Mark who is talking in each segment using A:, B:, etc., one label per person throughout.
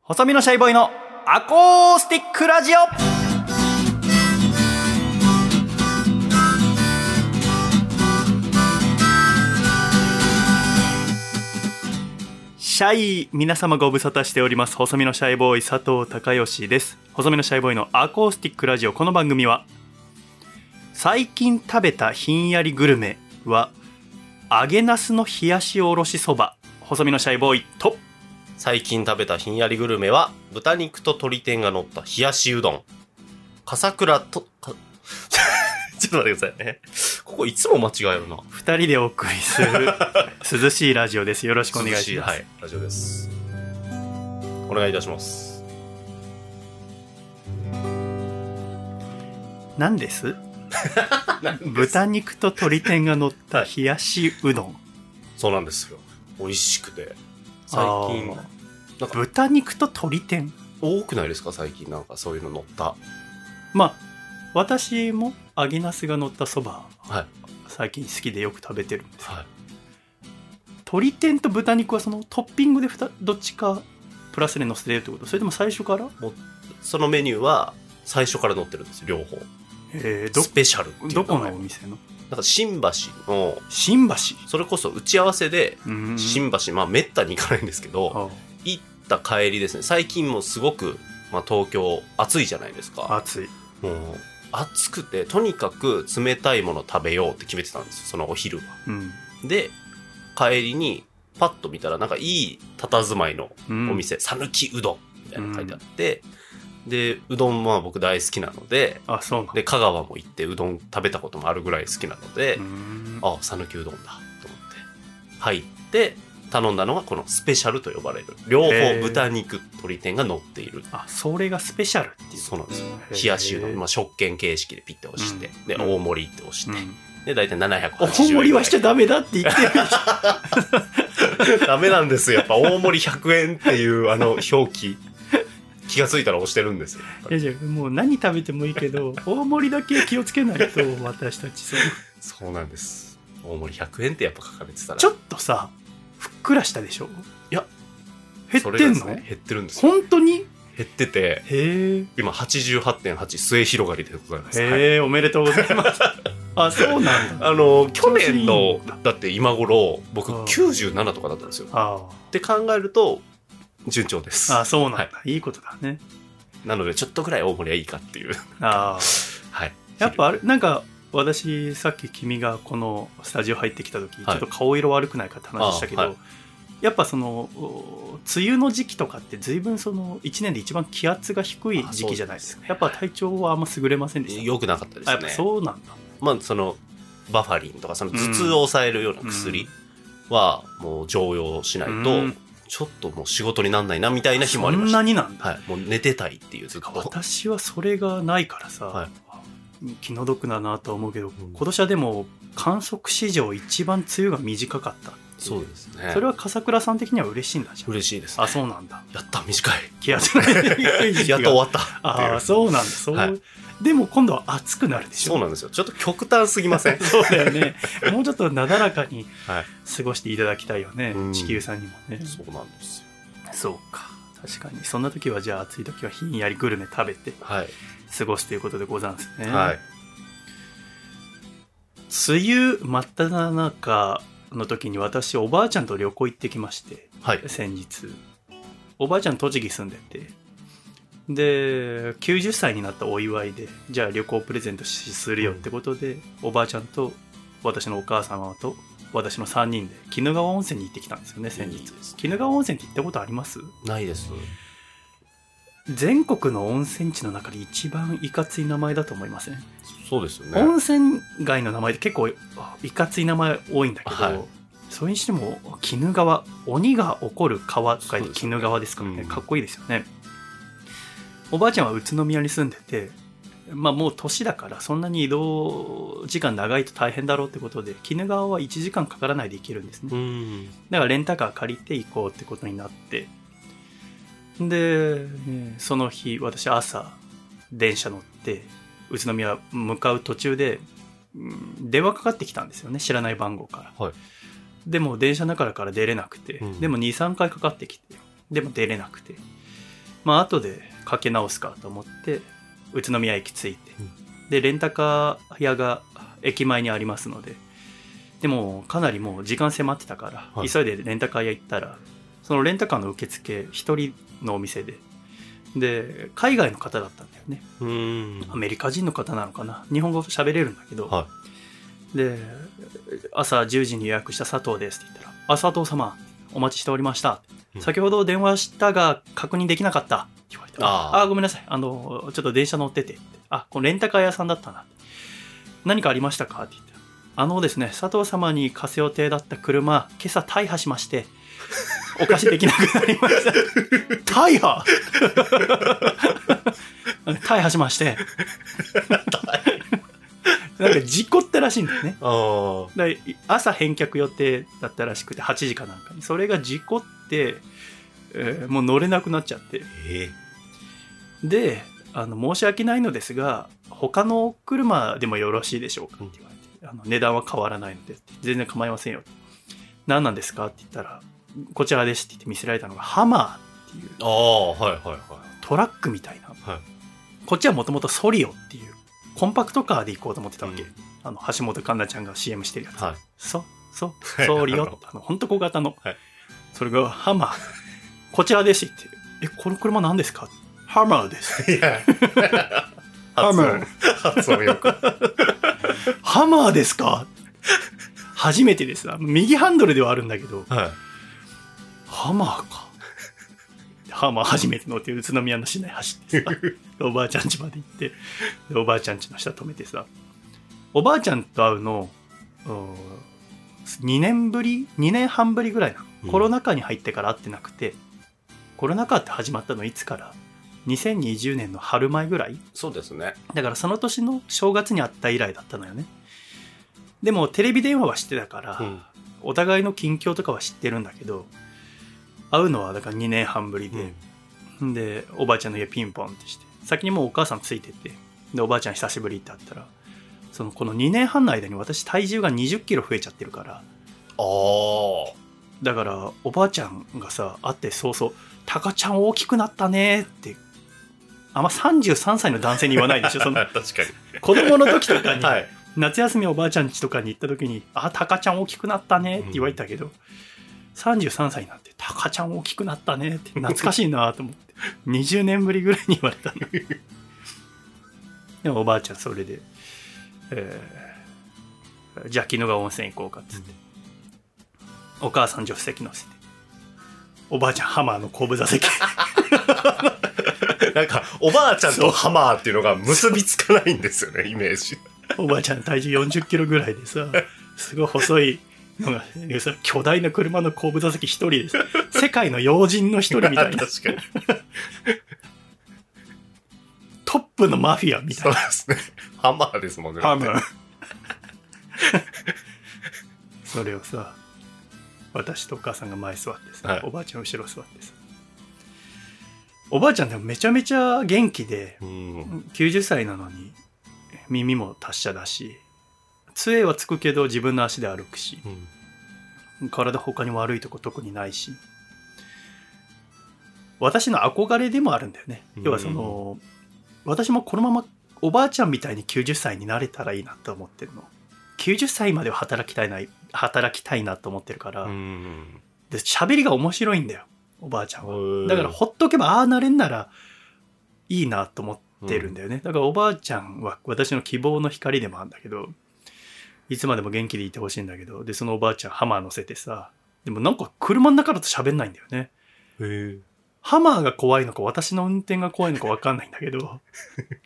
A: 細身のシャイボーイのアコースティックラジオシャイ皆様ご無沙汰しております細身のシャイボーイ佐藤孝義です細身のシャイボーイのアコースティックラジオこの番組は最近食べたひんやりグルメは揚げなすの冷やしおろしそば細身のシャイボーイと
B: 最近食べたひんやりグルメは、豚肉と鶏天が乗った冷やしうどん。笠倉と、 かちょっと待ってくださいね。ここいつも間違えるな。
A: 二人でお送りす る涼しいラジオですよろしくお願い
B: 涼
A: します
B: はい、ラジオです。お願いいたします。
A: 何です豚肉と鶏天が乗った冷やしうどん
B: そうなんですよ。美味しくて。最近、
A: あ豚肉と鶏天
B: 多くないですか最近なんかそういうの乗った。
A: まあ私も揚げなすが乗ったそば
B: はい。
A: 最近好きでよく食べてるんです
B: はい。
A: 鶏天と豚肉はそのトッピングでふたどっちかプラスで乗せてるってことそれとも最初から
B: そのメニューは、最初から乗ってるんですよ、両方。
A: えー
B: スペシャルっていう
A: ど
B: 名
A: どこの
B: 前
A: お店の
B: なんか新橋の、
A: 新橋
B: それこそ打ち合わせで、
A: うん
B: 新橋、まあ、めったに行かないんですけど、
A: あ
B: 行った帰りですね、最近もうすごく、まあ、東京、暑いじゃないですか。
A: 暑い
B: もう、暑くて、とにかく冷たいもの食べようって決めてたんですよ、そのお昼は。
A: うん
B: で、帰りに、パッと見たら、なんかいい佇まいの
A: お
B: お店、さぬきうどんみたいなの書いてあって、で、うどんは僕大好きなので、
A: あそうなんだ
B: で、香川も行ってうどん食べたこともあるぐらい好きなので、
A: うん
B: あ、讃岐うどんだと思って入って頼んだのがこのスペシャルと呼ばれる両
A: へー
B: 方豚肉鶏天が乗っている
A: あそれがスペシャルっていう
B: そうなんですよ
A: へー
B: 冷やしうどん、まあ、食券形式でピッて押して、
A: うん
B: で
A: うん
B: 大盛りって押して、
A: うん
B: で大体780円
A: 大盛りはしちゃダメだって言ってる
B: ダメなんですよやっぱ大盛り100円っていうあの表記気がついたら押してるんですよ
A: い やじゃあもう何食べてもいいけど大盛りだけ気をつけないと私たちそう
B: そうなんです大盛り100円ってやっぱ書かれてたら
A: ちょっとさふっくらしたでしょ
B: いや
A: 減っ
B: それ
A: て
B: が
A: ん
B: です
A: の、
B: ね減ってるんですよ
A: 本当に
B: 減ってて
A: へえ
B: 今88.8末広がりでございます、はい
A: へえおめでとうございますあそうなん だ
B: あの去年のだって今頃僕
A: うん
B: 97とかだったんですよ。っ
A: あ
B: て考えると順調です
A: あ。あそうなんだ、い、いことだね
B: なのでちょっとぐらい大盛りはいいかっていう。
A: ああ
B: はい。
A: やっぱあれなんか私さっき君がこのスタジオ入ってきた時、
B: はい
A: ちょっと顔色悪くないかって話したけど、
B: あはい
A: やっぱそのお梅雨の時期とかって随分その1年で一番気圧が低い時期じゃないですか
B: あそうですね
A: やっぱ体調はあんま優れませんでした、
B: 良くなかった
A: あやっ
B: で
A: ぱ
B: すね。
A: そうなんだ
B: まあそのバファリンとかその頭痛を抑えるような薬はもう常用しないと、
A: うん
B: ちょっともう仕事になんないなみたいな日も
A: そ
B: ありま
A: ん
B: した。
A: なになんだ
B: はい。もう寝てたいっていうずっと。
A: 私はそれがないからさ、
B: はい
A: 気の毒だなとは思うけど
B: ん
A: 今年はでも観測史上一番梅雨が短かったってい
B: そうですね。
A: それは笠倉さん的には嬉しいんだじゃん
B: 嬉しいです、ね。
A: あそうなんだ
B: やった短い。
A: 気圧が 低い時期
B: や
A: が
B: っと終わったっていう。
A: ああそうなんだそう、
B: はい
A: でも今度は暑くなるでしょ
B: そうなんですよ。ちょっと極端すぎませ ん
A: そうだよねもうちょっとなだらかに
B: はい
A: 過ごしていただきたいよね、
B: うん
A: 地球さんにもね
B: そうなんですよ。
A: そうか確かにそんな時はじゃあ暑い時はひんやりグルメ食べて
B: はい。
A: 過ごすということでござんすね、
B: はい。
A: 梅雨真っ只中の時に私おばあちゃんと旅行行ってきまして
B: はい。
A: 先日おばあちゃん栃木住んでてで90歳になったお祝いでじゃあ旅行プレゼントしするよってことで、おばあちゃんと私のお母様と私の3人で鬼怒川温泉に行ってきたんですよね先
B: いい
A: 日
B: ですね
A: 鬼怒川温泉って行ったことあります
B: ないです。
A: 全国の温泉地の中で一番いかつい名前だと思いません
B: そうですよね。
A: 温泉街の名前って結構いかつい名前多いんだけど、
B: はい
A: それにしても鬼怒川鬼が起こる川って書い
B: そうで
A: て
B: すね
A: 鬼怒川ですからね
B: うん
A: かっこいいですよねおばあちゃんは宇都宮に住んでてまあもう年だからそんなに移動時間長いと大変だろうってことで鬼怒川は1時間かからないで行けるんですね
B: うん。
A: だからレンタカー借りて行こうってことになってでねその日私朝電車乗って宇都宮向かう途中でうん電話かかってきたんですよね知らない番号から、
B: はい
A: でも電車の中から出れなくて、
B: うん
A: でも23回かかってきてでも出れなくてまあ後でかけ直すかと思って宇都宮駅着いて、
B: うん
A: でレンタカー屋が駅前にありますのででもかなりもう時間迫ってたから、
B: はい
A: 急いでレンタカー屋行ったらそのレンタカーの受付一人のお店でで海外の方だったんだよね
B: うーん。
A: アメリカ人の方なのかな日本語喋れるんだけど、
B: は
A: で朝10時に予約した佐藤ですって言ったら「あ佐藤様お待ちしておりました、
B: うん
A: 先ほど電話したが確認できなかった」って言われて「
B: あー
A: あーごめんなさいあのちょっと電車乗ってて」ってあこのレンタカー屋さんだったな」何かありましたか?」って言ったらあのですね佐藤様に貸す予定だった車今朝大破しま してお貸しできなくなりました大破 大破しま して なんか事故ったらしいんだよね
B: ああ。
A: だい朝返却予定だったらしくて8時かなんかにそれが事故って、えーもう乗れなくなっちゃって
B: え
A: であの申し訳ないのですが他のお車でもよろしいでしょうかって言われて、あの値段は変わらないので全然構いませんよ何なんですかって言ったらこちらですって言って見せられたのがハマーっていう
B: ああ、はいはいはい。
A: トラックみたいな、
B: はい
A: こっちはもともとソリオっていうコンパクトカーで行こうと思ってたわけ、
B: うん
A: あの橋本環奈ちゃんが CM してるやつ
B: はい。
A: そ、そ、ソーリオあの、ほんと小型の。
B: はい
A: それが、ハマー。こちらですって言って。え、この車何ですかハマーです。
B: いや。
A: ハム
B: 発音よく。
A: ハマーですか初めてです。あの右ハンドルではあるんだけど、
B: はい。
A: ハマーか。ハマー初めて乗って宇都宮の市内走って さ、でおばあちゃん家まで行って、でおばあちゃん家の下止めてさ、おばあちゃんと会うの、2年ぶり ?2 年半ぶりぐらいなの、
B: うん
A: コロナ禍に入ってから会ってなくて、コロナ禍って始まったのいつから ?2020 年の春前ぐらい
B: そうですね。
A: だからその年の正月に会った以来だったのよね。でもテレビ電話はしてたから、
B: うん。
A: お互いの近況とかは知ってるんだけど会うのはだから2年半ぶりで、でおばあちゃんの家ピンポンってして先にもうお母さんついててでおばあちゃん久しぶりって会ったらそのこの2年半の間に私体重が2 0キロ増えちゃってるから
B: ああ。
A: だからおばあちゃんがさ会ってそうそう「タカちゃん大きくなったね」ってあんま33歳の男性に言わないでしょその
B: 確か
A: 子供の時とか
B: に。
A: に
B: はい。
A: 夏休みおばあちゃん家とかに行った時に「あタカちゃん大きくなったね」って言われたけど、33歳になって「タカちゃん大きくなったね」って懐かしいなと思って20年 ぶりぐらいに言われたのでもおばあちゃんそれで、えーじゃあ鬼怒川温泉行こうか」っつって、お母さん助手席乗せておばあちゃんハマーの後部座席
B: なんか、おばあちゃんとハマーっていうのが結びつかないんですよね、イメージ。
A: おばあちゃん体重4 0キロぐらいでさすごい細いのがさ巨大な車の後部座席一人です世界の要人の一人みたいな
B: 確かに。
A: トップのマフィアみた
B: そ
A: いう
B: ですね。ハマーですもんね。
A: なハム それをさ私とお母さんが前座ってさ、
B: はい
A: おばあちゃん後ろ座ってさおばあちゃんでもめちゃめちゃ元気で
B: うん。
A: 90歳なのに耳も達者だし杖はつくけど自分の足で歩くし
B: うん
A: 体他に悪いとこ特にないし私の憧れでもあるんだよね
B: うん
A: 要はその、私もこのままおばあちゃんみたいに90歳になれたらいいなと思ってるの90歳までは働きたいな働きたいなと思ってるから、
B: うん。
A: で喋りが面白いんだよおばあちゃんは
B: うん
A: だからほっとけばああなれんならいいなと思ってるんだよね、だからおばあちゃんは私の希望の光でもあるんだけどいつまでも元気でいてほしいんだけどでそのおばあちゃんハマー乗せてさでもなんか車の中だと喋んないんだよね
B: へえ。
A: ハマーが怖いのか私の運転が怖いのか分かんないんだけ ど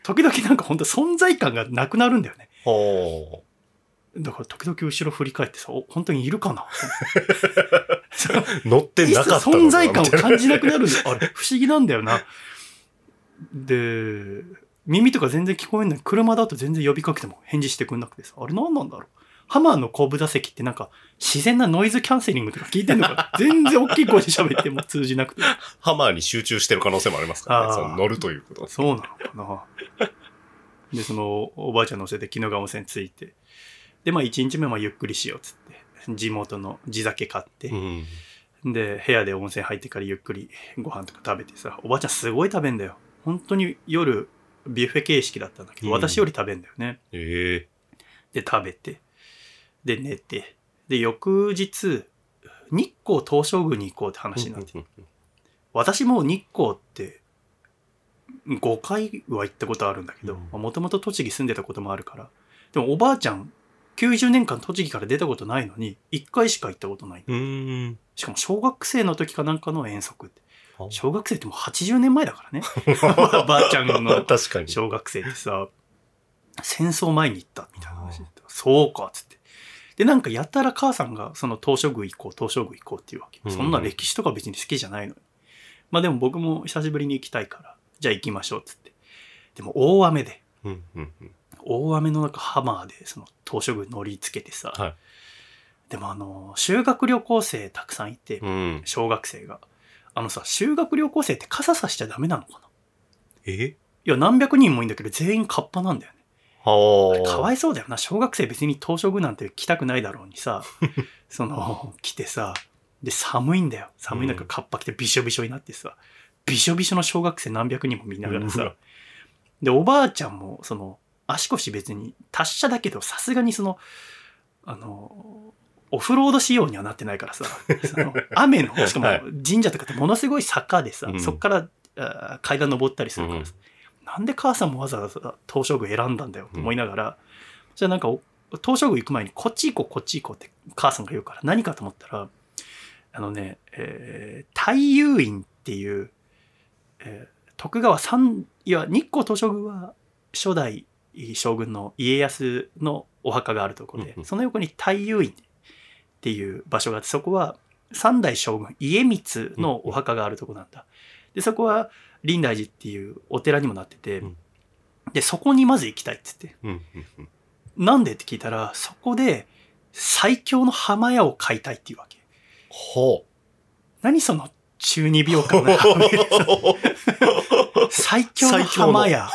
A: 時々なんか本当存在感がなくなるんだよね
B: ほ
A: だから時々後ろ振り返ってさお本当にいるかなそう
B: う。乗ってなかったのかな
A: 存在感を
B: みたいな
A: 感じなくなるんだよあれ、不思議なんだよな。で、耳とか全然聞こえない。車だと全然呼びかけても返事してくんなくてさ、あれ何なんだろう。ハマーの後部座席ってなんか自然なノイズキャンセリングとか聞いてんのか全然大きい声で喋っても通じなく て。
B: ハマーに集中してる可能性もありますから
A: あ
B: ね。
A: ー
B: その乗るということ。
A: そうなのかな。で、そのおばあちゃん乗せて鬼怒川温泉着いて。で、まあ1日目はゆっくりしようっつって。地元の地酒買って、
B: うん。
A: で、部屋で温泉入ってからゆっくりご飯とか食べてさ、おばあちゃんすごい食べんだよ。本当に夜、ビュッフェ形式だったんだけど、
B: うん
A: 私より食べんだよね。
B: ええ
A: で、食べて、で、寝て、で、翌日、日光東照宮に行こうって話になって、私もう日光って、5回は行ったことあるんだけど
B: うん、
A: もともと栃木住んでたこともあるから、でもおばあちゃん、90年間栃木から出たことないのに、1回しか行ったことない。
B: うーん。
A: しかも小学生の時かなんかの遠足って
B: あ。
A: 小学生ってもう80年前だから ね。おばあちゃんの
B: 確かに。
A: 小学生ってさ、戦争前に行ったみたいな話で、そうかっつって。で、なんかやたら母さんがその東照宮行こう、東照宮行こうっていうわけ。
B: うん
A: そんな歴史とか別に好きじゃないのに。まあでも僕も久しぶりに行きたいから、じゃあ行きましょうっつって。でも大雨で、
B: うんうんうん。
A: 大雨の中ハマーでその東照宮乗りつけてさ、
B: はい
A: でもあの、修学旅行生たくさんいて、
B: うん。
A: 小学生が。あのさ、修学旅行生って傘さしちゃダメなのかな
B: え
A: いや、何百人もいいんだけど、全員カッパなんだよね。あれ
B: はあ。
A: かわいそうだよな。小学生別に東照宮なんて来たくないだろうに さ、その、来てさ、で、寒いんだよ。寒い中
B: うん
A: カッパ着てびしょびしょになってさ、びしょびしょの小学生何百人も見ながら
B: う
A: さ
B: わ、
A: で、おばあちゃんも、その、足腰別に達者だけど、さすがにその、あの、オフロード仕様にはなってないからさ、その雨の、しかも
B: はい
A: 神社とかってものすごい坂でさ、
B: うん
A: そっからあー階段登ったりするからさ、なんで母さんもわざわざ東照宮選んだんだよと思いながら、じゃあなんかお東照宮行く前にこっち行こうこっち行こうって母さんが言うから何かと思ったらあのね、えー、太遊院っていう、えー徳川三いや日光東照宮は初代将軍の家康のお墓があるところで、
B: うんうん
A: その横に太遊院っていう場所があってそこは三代将軍家光のお墓があるとこなんだ。でそこは臨大寺っていうお寺にもなってて、
B: うん
A: でそこにまず行きたいっつって
B: うんうんうん。
A: なんでって聞いたらそこで最強の浜屋を買いたいっていうわけ
B: ほ
A: 何その中二病 感 な最強の浜屋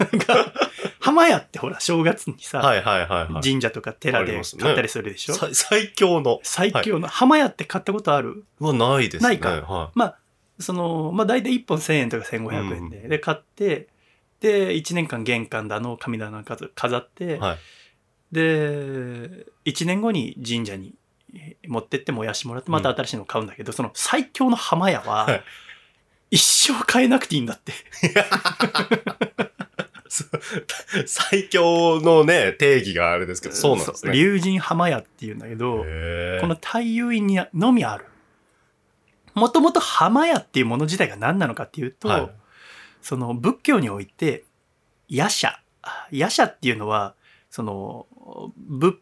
A: が浜屋ってほら正月にさ、
B: はいはいはいはい。
A: 神社とか寺で買ったりするでしょ、
B: さ最強の。
A: 最強の浜屋って買ったことある
B: はないですね。
A: ないか
B: は
A: その、まあ、大体1本1000円とか1500円で、
B: う
A: で、買って、で、1年間玄関だの、神棚の数飾って、
B: い。はい。
A: で、1年後に神社にえー持ってって燃やしてもらって、また新しいの買うんだけど、その最強の浜屋は、
B: はい
A: 一生買えなくていいんだって。
B: 最強のね、定義があれですけど、そうなんですね。
A: 竜神浜屋っていうんだけど、
B: へー
A: この太遊院にのみある。もともと浜屋っていうもの自体が何なのかっていうと、
B: はい
A: その仏教において夜叉夜叉っていうのはその仏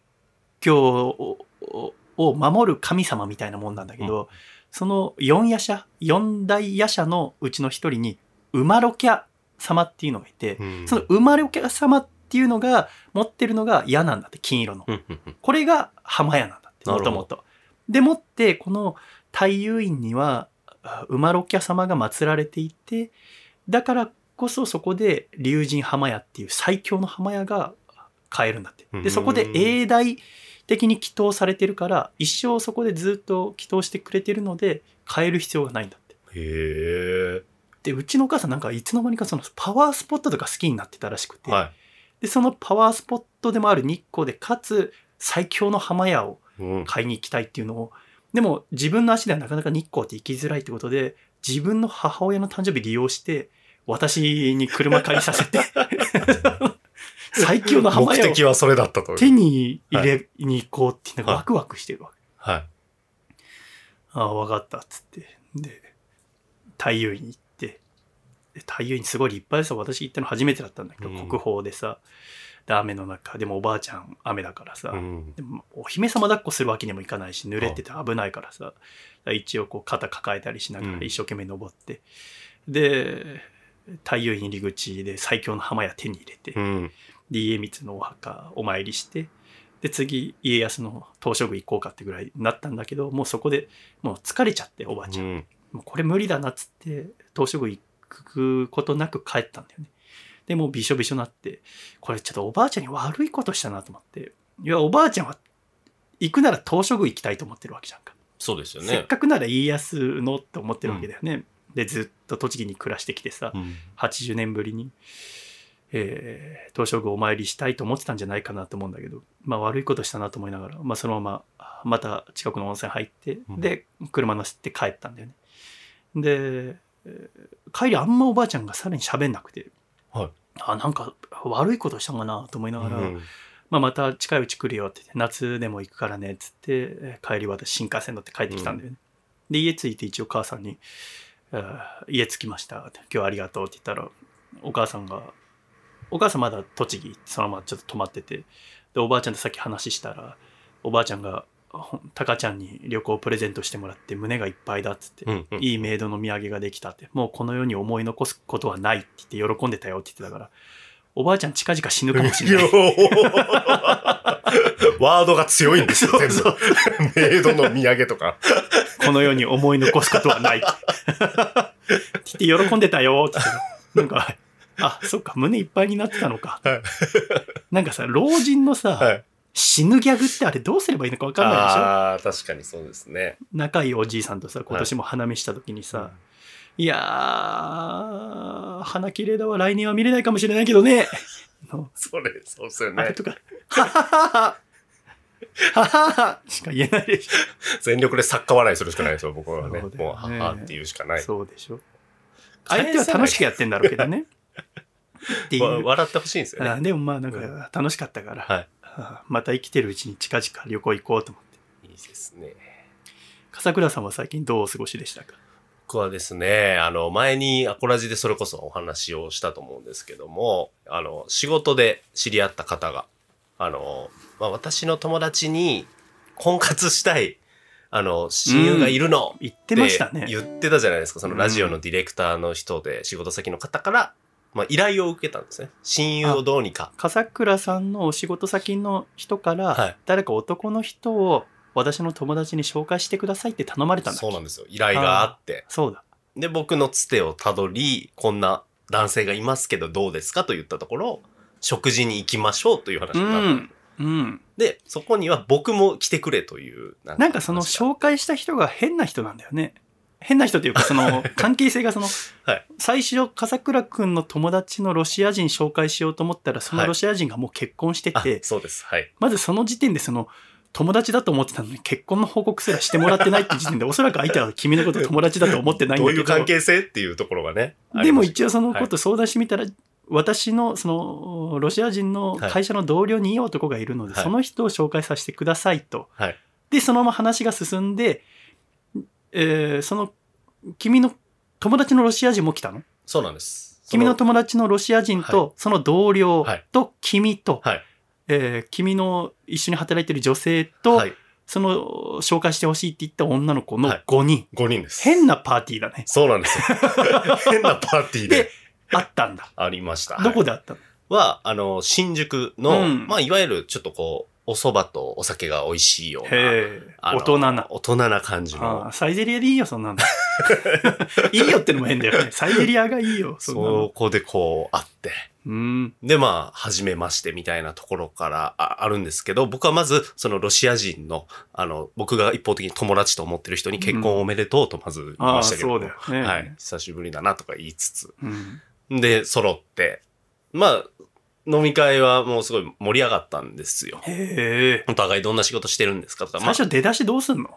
A: 教ををを守る神様みたいなもんなんだけど、その四夜叉四大夜叉のうちの一人に馬ロキャ様っていうのがいて、
B: うん
A: その馬ロキャ様っていうのが持ってるのが矢なんだって金色の。
B: うんうんうん
A: これが浜屋なんだって
B: な
A: も
B: るほど
A: ともと。でもってこの太遊院にはあ馬六家様が祀られていてだからこそそこで龍神浜屋っていう最強の浜屋が買えるんだって
B: う。ん
A: でそこで永代的に祈祷されてるから一生そこでずっと祈祷してくれてるので買える必要がないんだって。
B: へ
A: でうちのお母さんなんかいつの間にかそのパワースポットとか好きになってたらしく
B: え。
A: て、
B: は
A: でそのパワースポットでもある日光でかつ最強の浜屋を
B: い。うん
A: 買いに行きたいっていうのをでも自分の足ではなかなか日光って行きづらいってことで自分の母親の誕生日利用して私に車借りさ せて最強の浜
B: 目
A: 屋を
B: 的はそれだったという。
A: 手に入れに行こうっていうのがワクワクしてるわけ、
B: はい。
A: ああ分かったっつってで太夫院行ってで太夫院すごい立派でさ私行ったの初めてだったんだけど、
B: うん
A: 国宝でさで雨の中でもおばあちゃん雨だからさ、
B: うん
A: でもお姫様抱っこするわけにもいかないし濡れてて危ないからさ一応こう肩抱えたりしなが
B: う
A: ら
B: ん
A: 一生懸命登って、で太陽院入り口で最強の浜屋手に入れて、
B: うん。
A: で家光のお墓お参りしてで次家康の東照宮行こうかってぐらいになったんだけどもうそこでもう疲れちゃっておばあちゃん、
B: うん
A: もうこれ無理だなっつって東照宮行くことなく帰ったんだよねでもうびしょびしょになってこれちょっとおばあちゃんに悪いことしたなと思っていやおばあちゃんは行くなら東照宮行きたいと思ってるわけじゃんか
B: そうですよ
A: せっ
B: ね。
A: かくなら家康のって思ってるわけだよね、でずっと栃木に暮らしてきてさ、
B: うん
A: 80年ぶりに、えー東照宮お参りしたいと思ってたんじゃないかなと思うんだけど、まあ、悪いことしたなと思いながら、まあ、そのまままた近くの温泉入って、
B: うん
A: で車乗せて帰ったんだよねでえー帰りあんまおばあちゃんがさらに喋んなくて、
B: はい
A: あなんか悪いことしたんかなと思いながら、
B: うん
A: まあ、また近いうち来るよって言って夏でも行くからねっつってえー帰り私新幹線乗って帰ってきたんだよね、で家着いて一応母さんに「あー家着きましたって」今日はありがとう」って言ったらお母さんがお母さんまだ栃木そのままちょっと泊まっててでおばあちゃんとさっき話したらおばあちゃんがほんタカちゃんに旅行プレゼントしてもらって胸がいっぱいだっつって、
B: うんうん
A: いいメイドの土産ができたって、もうこの世に思い残すことはないって言って喜んでたよって言ってたから、おばあちゃん近々死ぬかもしれない。
B: ワードが強いんですよ、全部。 メイドの土産とか。
A: この世に思い残すことはない。って言って喜んでたよって言ってなんか、あ、そっか、胸いっぱいになってたのか
B: はい。
A: なんかさ、老人のさ、
B: はい。
A: 死ぬギャグってあれどうすればいいのか分かんないでしょ
B: あー、確かにそうですね。
A: 仲いいおじいさんとさ、今年も花見した時にさ、い、やー、花綺麗だわ、来年は見れないかもしれないけどね。の
B: それ、そうですよ
A: あれ
B: ね。
A: とか、はははは。はははしか言えないでしょ。
B: 全力で作家笑いするしかないですよ、僕はね。
A: そうだよね
B: もう、ははっていうしかない。
A: そうでしょ。相手は楽しくやってんだろうけどね。っていう
B: わ笑ってほしいんですよ
A: あ
B: ね。
A: でもまあなん
B: う
A: か楽しかったから、
B: はい
A: あ また生きてるうちに近々旅行行こうと思って
B: いいですね。
A: 笠倉さんは最近どうお過ごしでしたか
B: 僕はですね、あの、前にアコラジでそれこそお話をしたと思うんですけども、あの、仕事で知り合った方が、あの、まあ、私の友達に婚活したい、あの、親友がいるの、
A: 言っ
B: って
A: ましたね
B: 言ってたじゃないですか。そのラジオのディレクターの人で、仕事先の方から、まあ、依頼を受けたんですね。親友をどうにか。
A: 笠倉さんのお仕事先の人から、
B: はい
A: 誰か男の人を私の友達に紹介してくださいって頼まれたんだっけ
B: そうなんですよ。依頼があって。
A: そうだ
B: で、僕のつてをたどり、こんな男性がいますけどどうですかと言ったところ、食事に行きましょうという話
A: う
B: になって、
A: んうん
B: で、そこには僕も来てくれという。な
A: なんかその
B: 話が
A: 紹介した人が変な人なんだよね変な人というかその関係性がその、
B: はい
A: 最初笠倉君の友達のロシア人紹介しようと思ったらその
B: はい
A: ロシア人がもう結婚してて、
B: あそうです。はい。
A: まずその時点でその友達だと思ってたのに結婚の報告すらしてもらってないって時点でおそらく相手は君のこと友達だと思ってないん
B: ど
A: だ
B: う
A: け
B: い
A: ど
B: う関係性っていうところがね。あり
A: でも
B: まし
A: 一
B: た
A: 応そのこと相談してみたら、私のそのロシア人の会社の同僚にいい男がいるので、
B: はい
A: その人を紹介させてくださいと、
B: はい
A: でそのまま話が進んで、えーその君の友達のロシア人も来たの
B: そうなんです。
A: 君の
B: そ
A: 友達のロシア人とその同僚
B: はい
A: と君と、
B: はい
A: えー君の一緒に働いてる女性と、
B: はい。
A: その紹介してほしいって言った女の子の
B: はい
A: 5人、
B: 5人です。
A: 変なパーティーだね
B: そうな んですよ。変なパーティー
A: で
B: で
A: あったんだ
B: ありました。
A: どこ
B: で
A: であったの、
B: は、あの、新宿の、
A: うん
B: まあ、いわゆるちょっとこう、お蕎麦とお酒が美味しいような、
A: へえ
B: あ
A: 大人
B: の
A: な
B: 大人な感じ
A: あ
B: の
A: あ、サイゼリアでいいよ、そんなの。 いいよってのも変だよね。サイゼリアがいいよ、そんなの。
B: そこでこう、あって、
A: うん。
B: で、まあ、初めましてみたいなところからああるんですけど、僕はまず、そのロシア人の、あの、僕が一方的に友達と思ってる人に結婚おめでとうとまず言い
A: あ
B: ま
A: あ、
B: したけど、
A: そうだよね。
B: はい、久しぶりだなとか言いつつ、
A: うん。
B: で、揃って、まあ、飲み会はもうすごい盛り上がったんですよ。
A: へえ。
B: お互いどんな仕事してるんですかとか、
A: 最
B: まあ、
A: 初出だしどうすんの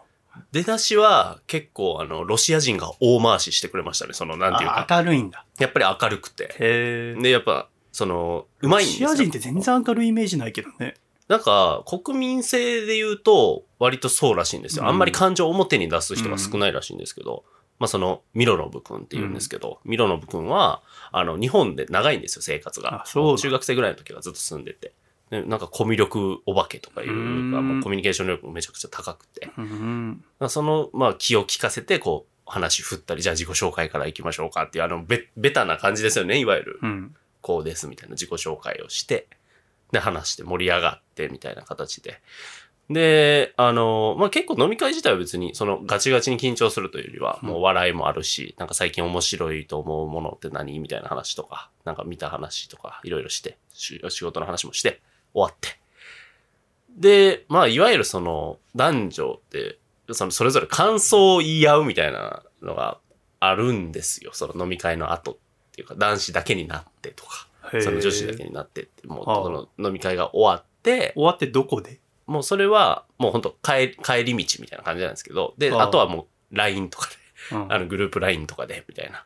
B: 出だしは結構あの、ロシア人が大回ししてくれましたね。その、なんていう
A: あ
B: か。
A: 明るいんだ。
B: やっぱり明るくて。
A: へえ。
B: で、やっぱ、その、うまいんですよ。
A: ロシア人って全然明るいイメージないけどね。
B: なんか、国民性で言うと、割とそうらしいんですよ。
A: うん
B: あんまり感情を表に出す人が少ないらしいんですけど、まあその、ミロノブ君って言うんですけど、ミロノブ君は、あの、日本で長いんですよ、生活が
A: あ。そうだ
B: 中学生ぐらいの時はずっと住んでて。でなんか、コミュ力お化けとかいうか、
A: うん
B: もうコミュニケーション能力もめちゃくちゃ高くて。
A: うん。
B: まあその、まあ、気を利かせて、こう、話振ったり、じゃあ自己紹介から行きましょうかっていう、あの、べ、ベタな感じですよね、いわゆる。
A: うん。
B: こうです、みたいな自己紹介をして、で、話して盛り上がって、みたいな形で。で、あの、まあ、結構飲み会自体は別に、その、ガチガチに緊張するというよりは、
A: うん
B: もう笑いもあるし、なんか最近面白いと思うものって何みたいな話とか、なんか見た話とか、いろいろして、し仕事の話もして、終わって。で、まあ、いわゆるその、男女って、そのそれぞれ感想を言い合うみたいなのがあるんですよ。その飲み会の後っていうか、男子だけになってとか、
A: へー
B: その女子だけになってって、もう
A: ああ
B: その飲み会が終わって、
A: 終わってどこで
B: もうそれはもう本当帰り帰り道みたいな感じなんですけど、で、
A: ああ
B: あとはもう LINE とかで、
A: うん
B: あのグループ LINE とかで、みたいな。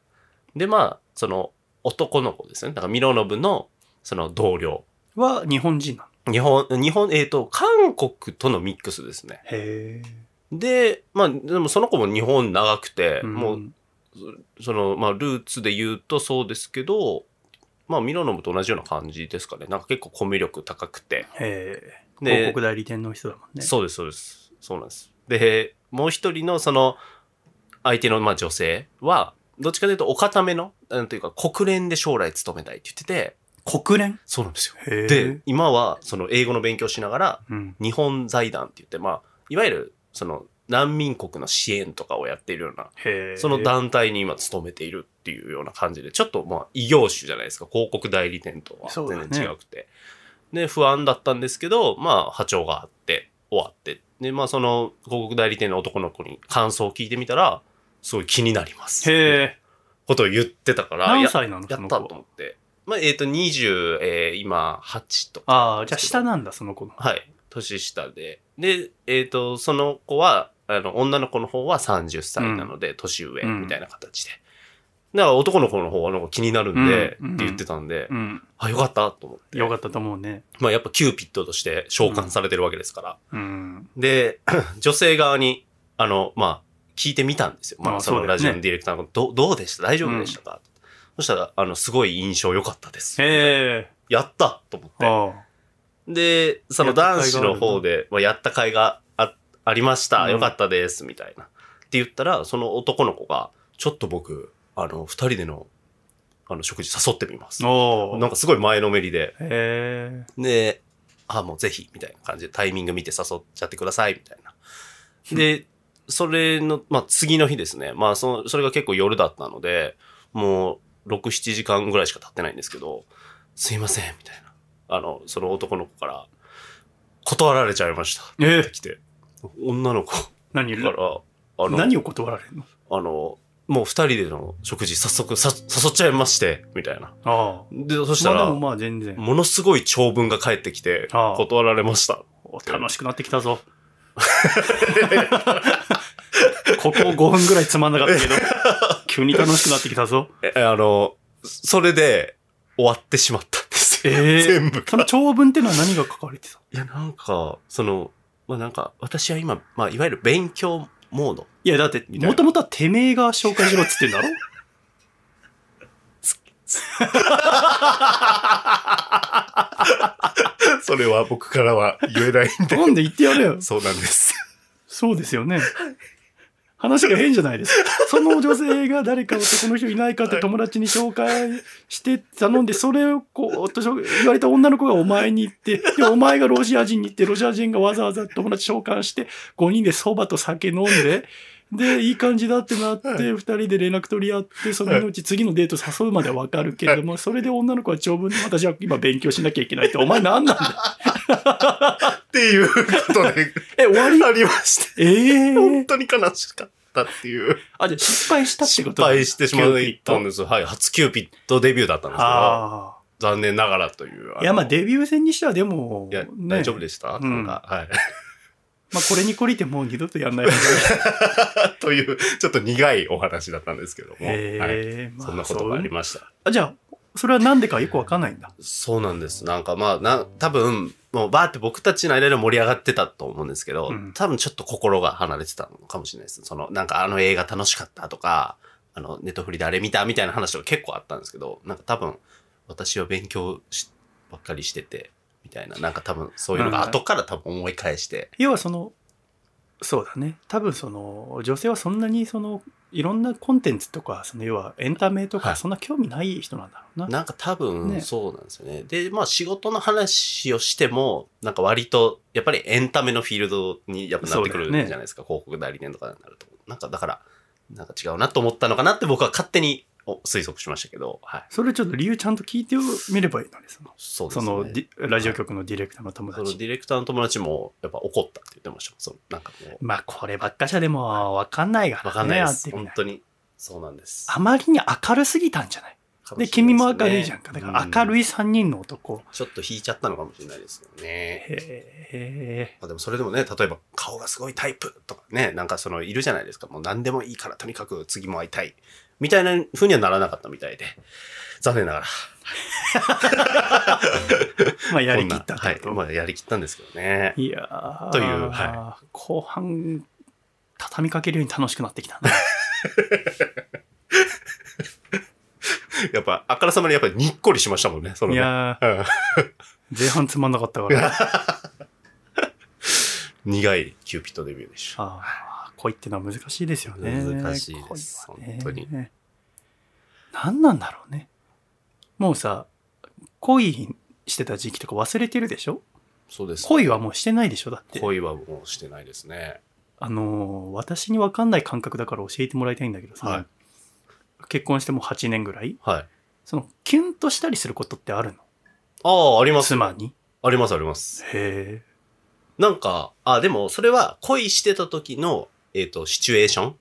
B: で、まあ、その男の子ですね。だからミロノブのその同僚。
A: は日本人なの
B: 日本、日本、えっ、と、韓国とのミックスですね。
A: へ
B: で、まあ、でもその子も日本長くて、
A: え
B: もう、その、まあ、ルーツで言うとそうですけど、まあ、ミロノブと同じような感じですかね。なんか結構コミュ力高くて。
A: へえ
B: で
A: 広告代理店の人だもんね
B: そうです、そうです。そうなんです。で、もう一人のその、相手のまあ女性は、どっちかというとお固めの、なんというか国連で将来勤めたいって言ってて、
A: 国連
B: そうなんですよ。
A: へえ
B: で、今はその英語の勉強しながら、
A: うん
B: 日本財団って言って、まあ、いわゆるその難民国の支援とかをやっているような、
A: へえ
B: その団体に今勤めているっていうような感じで、ちょっとまあ異業種じゃないですか、広告代理店とは
A: そうだね
B: 全然違くて。で、不安だったんですけど、まあ波長があって、終わって。で、まあその広告代理店の男の子に感想を聞いてみたら、すごい気になります。
A: へえ
B: ことを言ってたから、
A: 何
B: や
A: 歳なのそ
B: やっ
A: の
B: たと
A: 子
B: 思って。まあえっ、と、20、えー今、8とか。
A: ああじゃあ下なんだその子の
B: はい。年下で。で、えっ、と、その子は、あの、女の子の方は30歳なので、年上みたいな形で。だから男の子の方はなんか気になるんで、
A: うん
B: って言ってたんで、
A: うん
B: あ、よかったと思って。
A: よかったと思うね
B: まあやっぱキューピッドとして召喚されてるわけですから。
A: うん
B: で、 女性側に、あの、まあ、聞いてみたんですよ。ま
A: あ
B: あ、そ
A: そ
B: の
A: うだよね
B: ラジオのディレクターの、どどうでした大丈夫でしたか、そしたら、あの、すごい印象良かったです。
A: へえ
B: やったと思って。
A: ああ
B: で、その男子の方で、まあ、やった甲斐があありました、
A: うん
B: よかったです、みたいな。って言ったら、その男の子が、ちょっと僕、あの、二人での、あの、食事誘ってみます。
A: お
B: なん
A: お
B: かすごい前のめりで、
A: へえ
B: で、あ、もうぜひ、みたいな感じで、タイミング見て誘っちゃってください、みたいな。で、それの、まあ、次の日ですね。まあ、その、それが結構夜だったので、もう、6、7時間ぐらいしか経ってないんですけど、すいません、みたいな。あの、その男の子から、断られちゃいました。
A: ええ
B: 来て。女の子か
A: 何
B: ら、あの、
A: 何を断られるの
B: あの、もう二人での食事、早速、さ誘っちゃいまして、みたいな。
A: ああ
B: で、そした
A: まあで
B: ら、
A: もまあ全然
B: ものすごい長文が返ってきて、
A: ああ
B: 断られました。
A: お楽しくなってきた ぞここ5分ぐらいつまんなかったけど急に楽しくなってきたぞ
B: えあの、それで終わってしまったんですよ。
A: ええ
B: 全部
A: その
B: が。
A: 長文ってのは何が書かれてた
B: いや、なんか、その、まあなんか、私は今、まあいわゆる勉強モード。
A: いやだってもともとはてめえが紹介しろっつってんだろ。
B: それは僕からは言えないん
A: なんで言ってやれよ
B: そうなんです。
A: そうですよね話が変じゃないですかその女性が誰か男の人いないかって友達に紹介して頼んでそれをこうと言われた女の子がお前に行ってでお前がロシア人に行ってロシア人がわざわざ友達召喚して5人でそばと酒飲んででいい感じだってなって
B: はい
A: 2人で連絡取り合ってそのうち次のデート誘うまでは分かるけれどもそれで女の子は長文で私は今勉強しなきゃいけないってお前何なんだ
B: っていうこと で、
A: え終わり
B: なりまし て。
A: ええ
B: 本当に悲しかったっていう。
A: あじゃあ失敗したって
B: 失
A: ことなんだ
B: 敗してしま
A: キューピ
B: っ
A: ッド
B: たんです。はい。初キューピッドデビューだったんですけど、
A: あ
B: 残念ながらという。
A: あ。いや、まあ
B: の
A: デビュー戦にしてはでも、
B: いや、
A: ね
B: 大丈夫でした、
A: うん
B: なんか、はい。
A: まあこれに懲りてもう二度とやんない 方がいい。
B: という、ちょっと苦いお話だったんですけども。は
A: へ
B: い
A: え、まあ
B: そんなことがありました。
A: そうあじゃあ、それはなんでかよくわかんないんだ。
B: そうなんです。なんかまあ、な、多分、もうバーって僕たちの間で盛り上がってたと思うんですけど、
A: うん
B: 多分ちょっと心が離れてたのかもしれないです。その、なんかあの映画楽しかったとか、あの、ネットフリであれ見たみたいな話とか結構あったんですけど、なんか多分、私は勉強し、ばっかりしてて、みたいな、なんか多分そういうのが
A: うん
B: 後から多分思い返して、
A: 要はその、そうだね。多分その、女性はそんなにその、いろんなコンテンツとか、その要はエンタメと
B: は
A: か、
B: い
A: そんな興味ない人なんだろうな。
B: なんか多
A: ね
B: 分そうなんですよね。で、まあ仕事の話をしても、なんか割と、やっぱりエンタメのフィールドにやっぱなってくる
A: そう
B: じ
A: だ
B: ゃ
A: よね
B: ないですか、広告代理店とかになると。なんかだから、なんか違うなと思ったのかなって僕は勝手にお推測しましたけど、はい。
A: それちょっと理由ちゃんと聞いてみればいいのですね。
B: そうで
A: そ
B: すね。
A: のディラジオ局のディレクターの友
B: その
A: 達。
B: ディレクターの友達も、やっぱ怒ったって言ってましたもん。そのなんかも
A: まあこればっかしゃでもわかんないが
B: う、わかんないです。
A: ね会ってみ
B: 本
A: ない
B: 当に。そうなんです。
A: あまりに明るすぎたんじゃない
B: かも
A: で
B: しれな
A: 君
B: いです
A: も
B: ね
A: 明るいじゃんか。だから明
B: う
A: る
B: ん
A: い3人の男。
B: ちょっと引いちゃったのかもしれないですよね。
A: へ
B: まあ、でもそれでもね、例えば顔がすごいタイプとかね、なんかそのいるじゃないですか。もう何でもいいからとにかく次も会いたい。みたいな風にはならなかったみたいで。残念ながら。
A: え。まあやりきった
B: こんなはい。まあやりきったんですけどね。
A: いやー
B: というは
A: 後半、畳みかけるように楽しくなってきたな。
B: やっぱ、あからさまにやっぱりにっこりしましたもんね、その
A: い
B: ね。
A: やー
B: うん
A: 前半つまんなかった から。
B: 苦いキューピッドデビューでした。
A: あー恋ってのは難しいですよね。
B: 難しいです
A: 恋はね
B: 本当に。
A: 何なんだろうね。もうさ、恋してた時期とか忘れてるでしょ
B: そうです。
A: 恋はもうしてないでしょだって。
B: 恋はもうしてないですね。
A: あのー私に分かんない感覚だから教えてもらいたいんだけどさ、
B: はい
A: 結婚してもう8年ぐらい
B: はい。
A: そのキュンとしたりすることってある
B: ああ、あり
A: の
B: ます。
A: 妻に
B: あります、あります。
A: へえ
B: なんか、あ、でも、それは恋してた時の、えっ、と、シチュエーション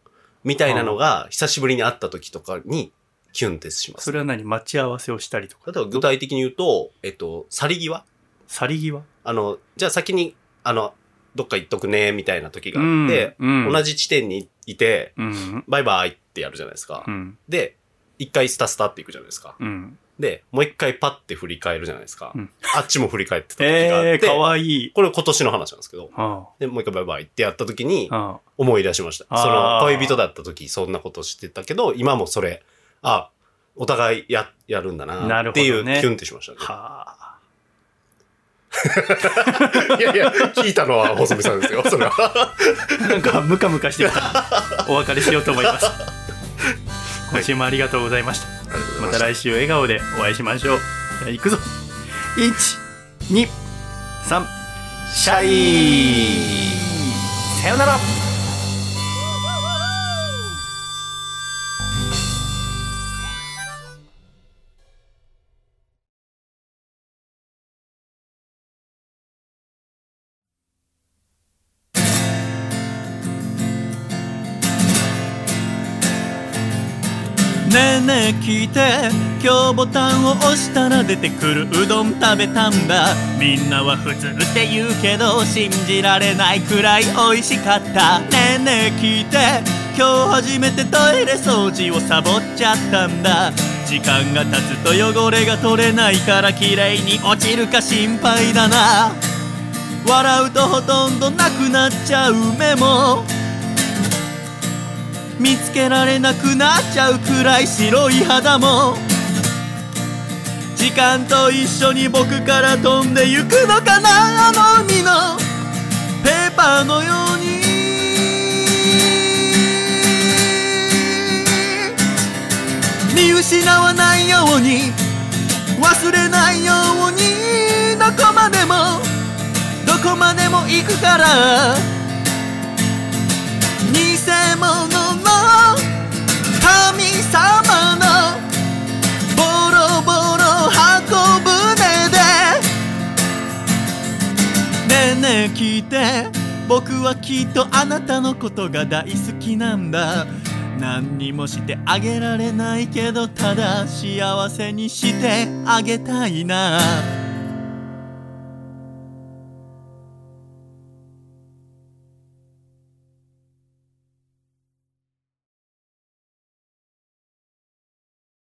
B: みたいなのが、久しぶりに会った時とかに、キュンってします。
A: そ
B: 例
A: れは何待ち合わせをしたりとか
B: えば、具体的に言うと、えっ、と、去り際
A: 去り際
B: あの、じゃあ先に、あの、どっか行っとくね、みたいな時があって、
A: うんうん、
B: 同
A: じ、
B: じ地点にいて、
A: うん
B: バイバイってやるじゃないですか。
A: うん
B: で、一回スタスタって行くじゃないですか。
A: うん、
B: で、もう一回パッて振り返るじゃないですか。
A: うん
B: あっちも振り返ってた時があって、
A: えー、かわいい、
B: これ今年の話なんですけど、
A: あ
B: で、もう一回バイバイってやった時に
A: あ、あ
B: 思い出しました。そ
A: あ
B: の
A: ー
B: 恋人だった時そんなことしてたけど、今もそれ、あ、お互いや、やるんだ
A: な
B: な
A: る
B: っ
A: ほど
B: て
A: ね
B: いうキュンってしました
A: あはあ
B: ね。いやいや、聞いたのは細見さんですよ、それは。
A: なんかムカムカしてきた お別れしようと思います今週もありがとうございました、また来週笑顔でお会いしましょうじゃあ行くぞ123シャイさよならねえねえ聞いて今日ボタンを押したら出てくるうどん食べたんだみんなは普通って言うけど信じられないくらい美味しかったねえねえ聞いて今日初めてトイレ掃除をサボっちゃったんだ時間が経つと汚れが取れないから綺麗に落ちるか心配だな笑うとほとんどなくなっちゃう目も見つけられなくなっちゃうくらい白い肌も時間と一緒に僕から飛んでゆくのかなあの海のペーパーのように見失わないように忘れないようにどこまでもどこまでも行くから偽物の神様のボロボロ箱舟でねえねえ聞いて僕はきっとあなたのことが大好きなんだ何にもしてあげられないけどただ幸せにしてあげたいな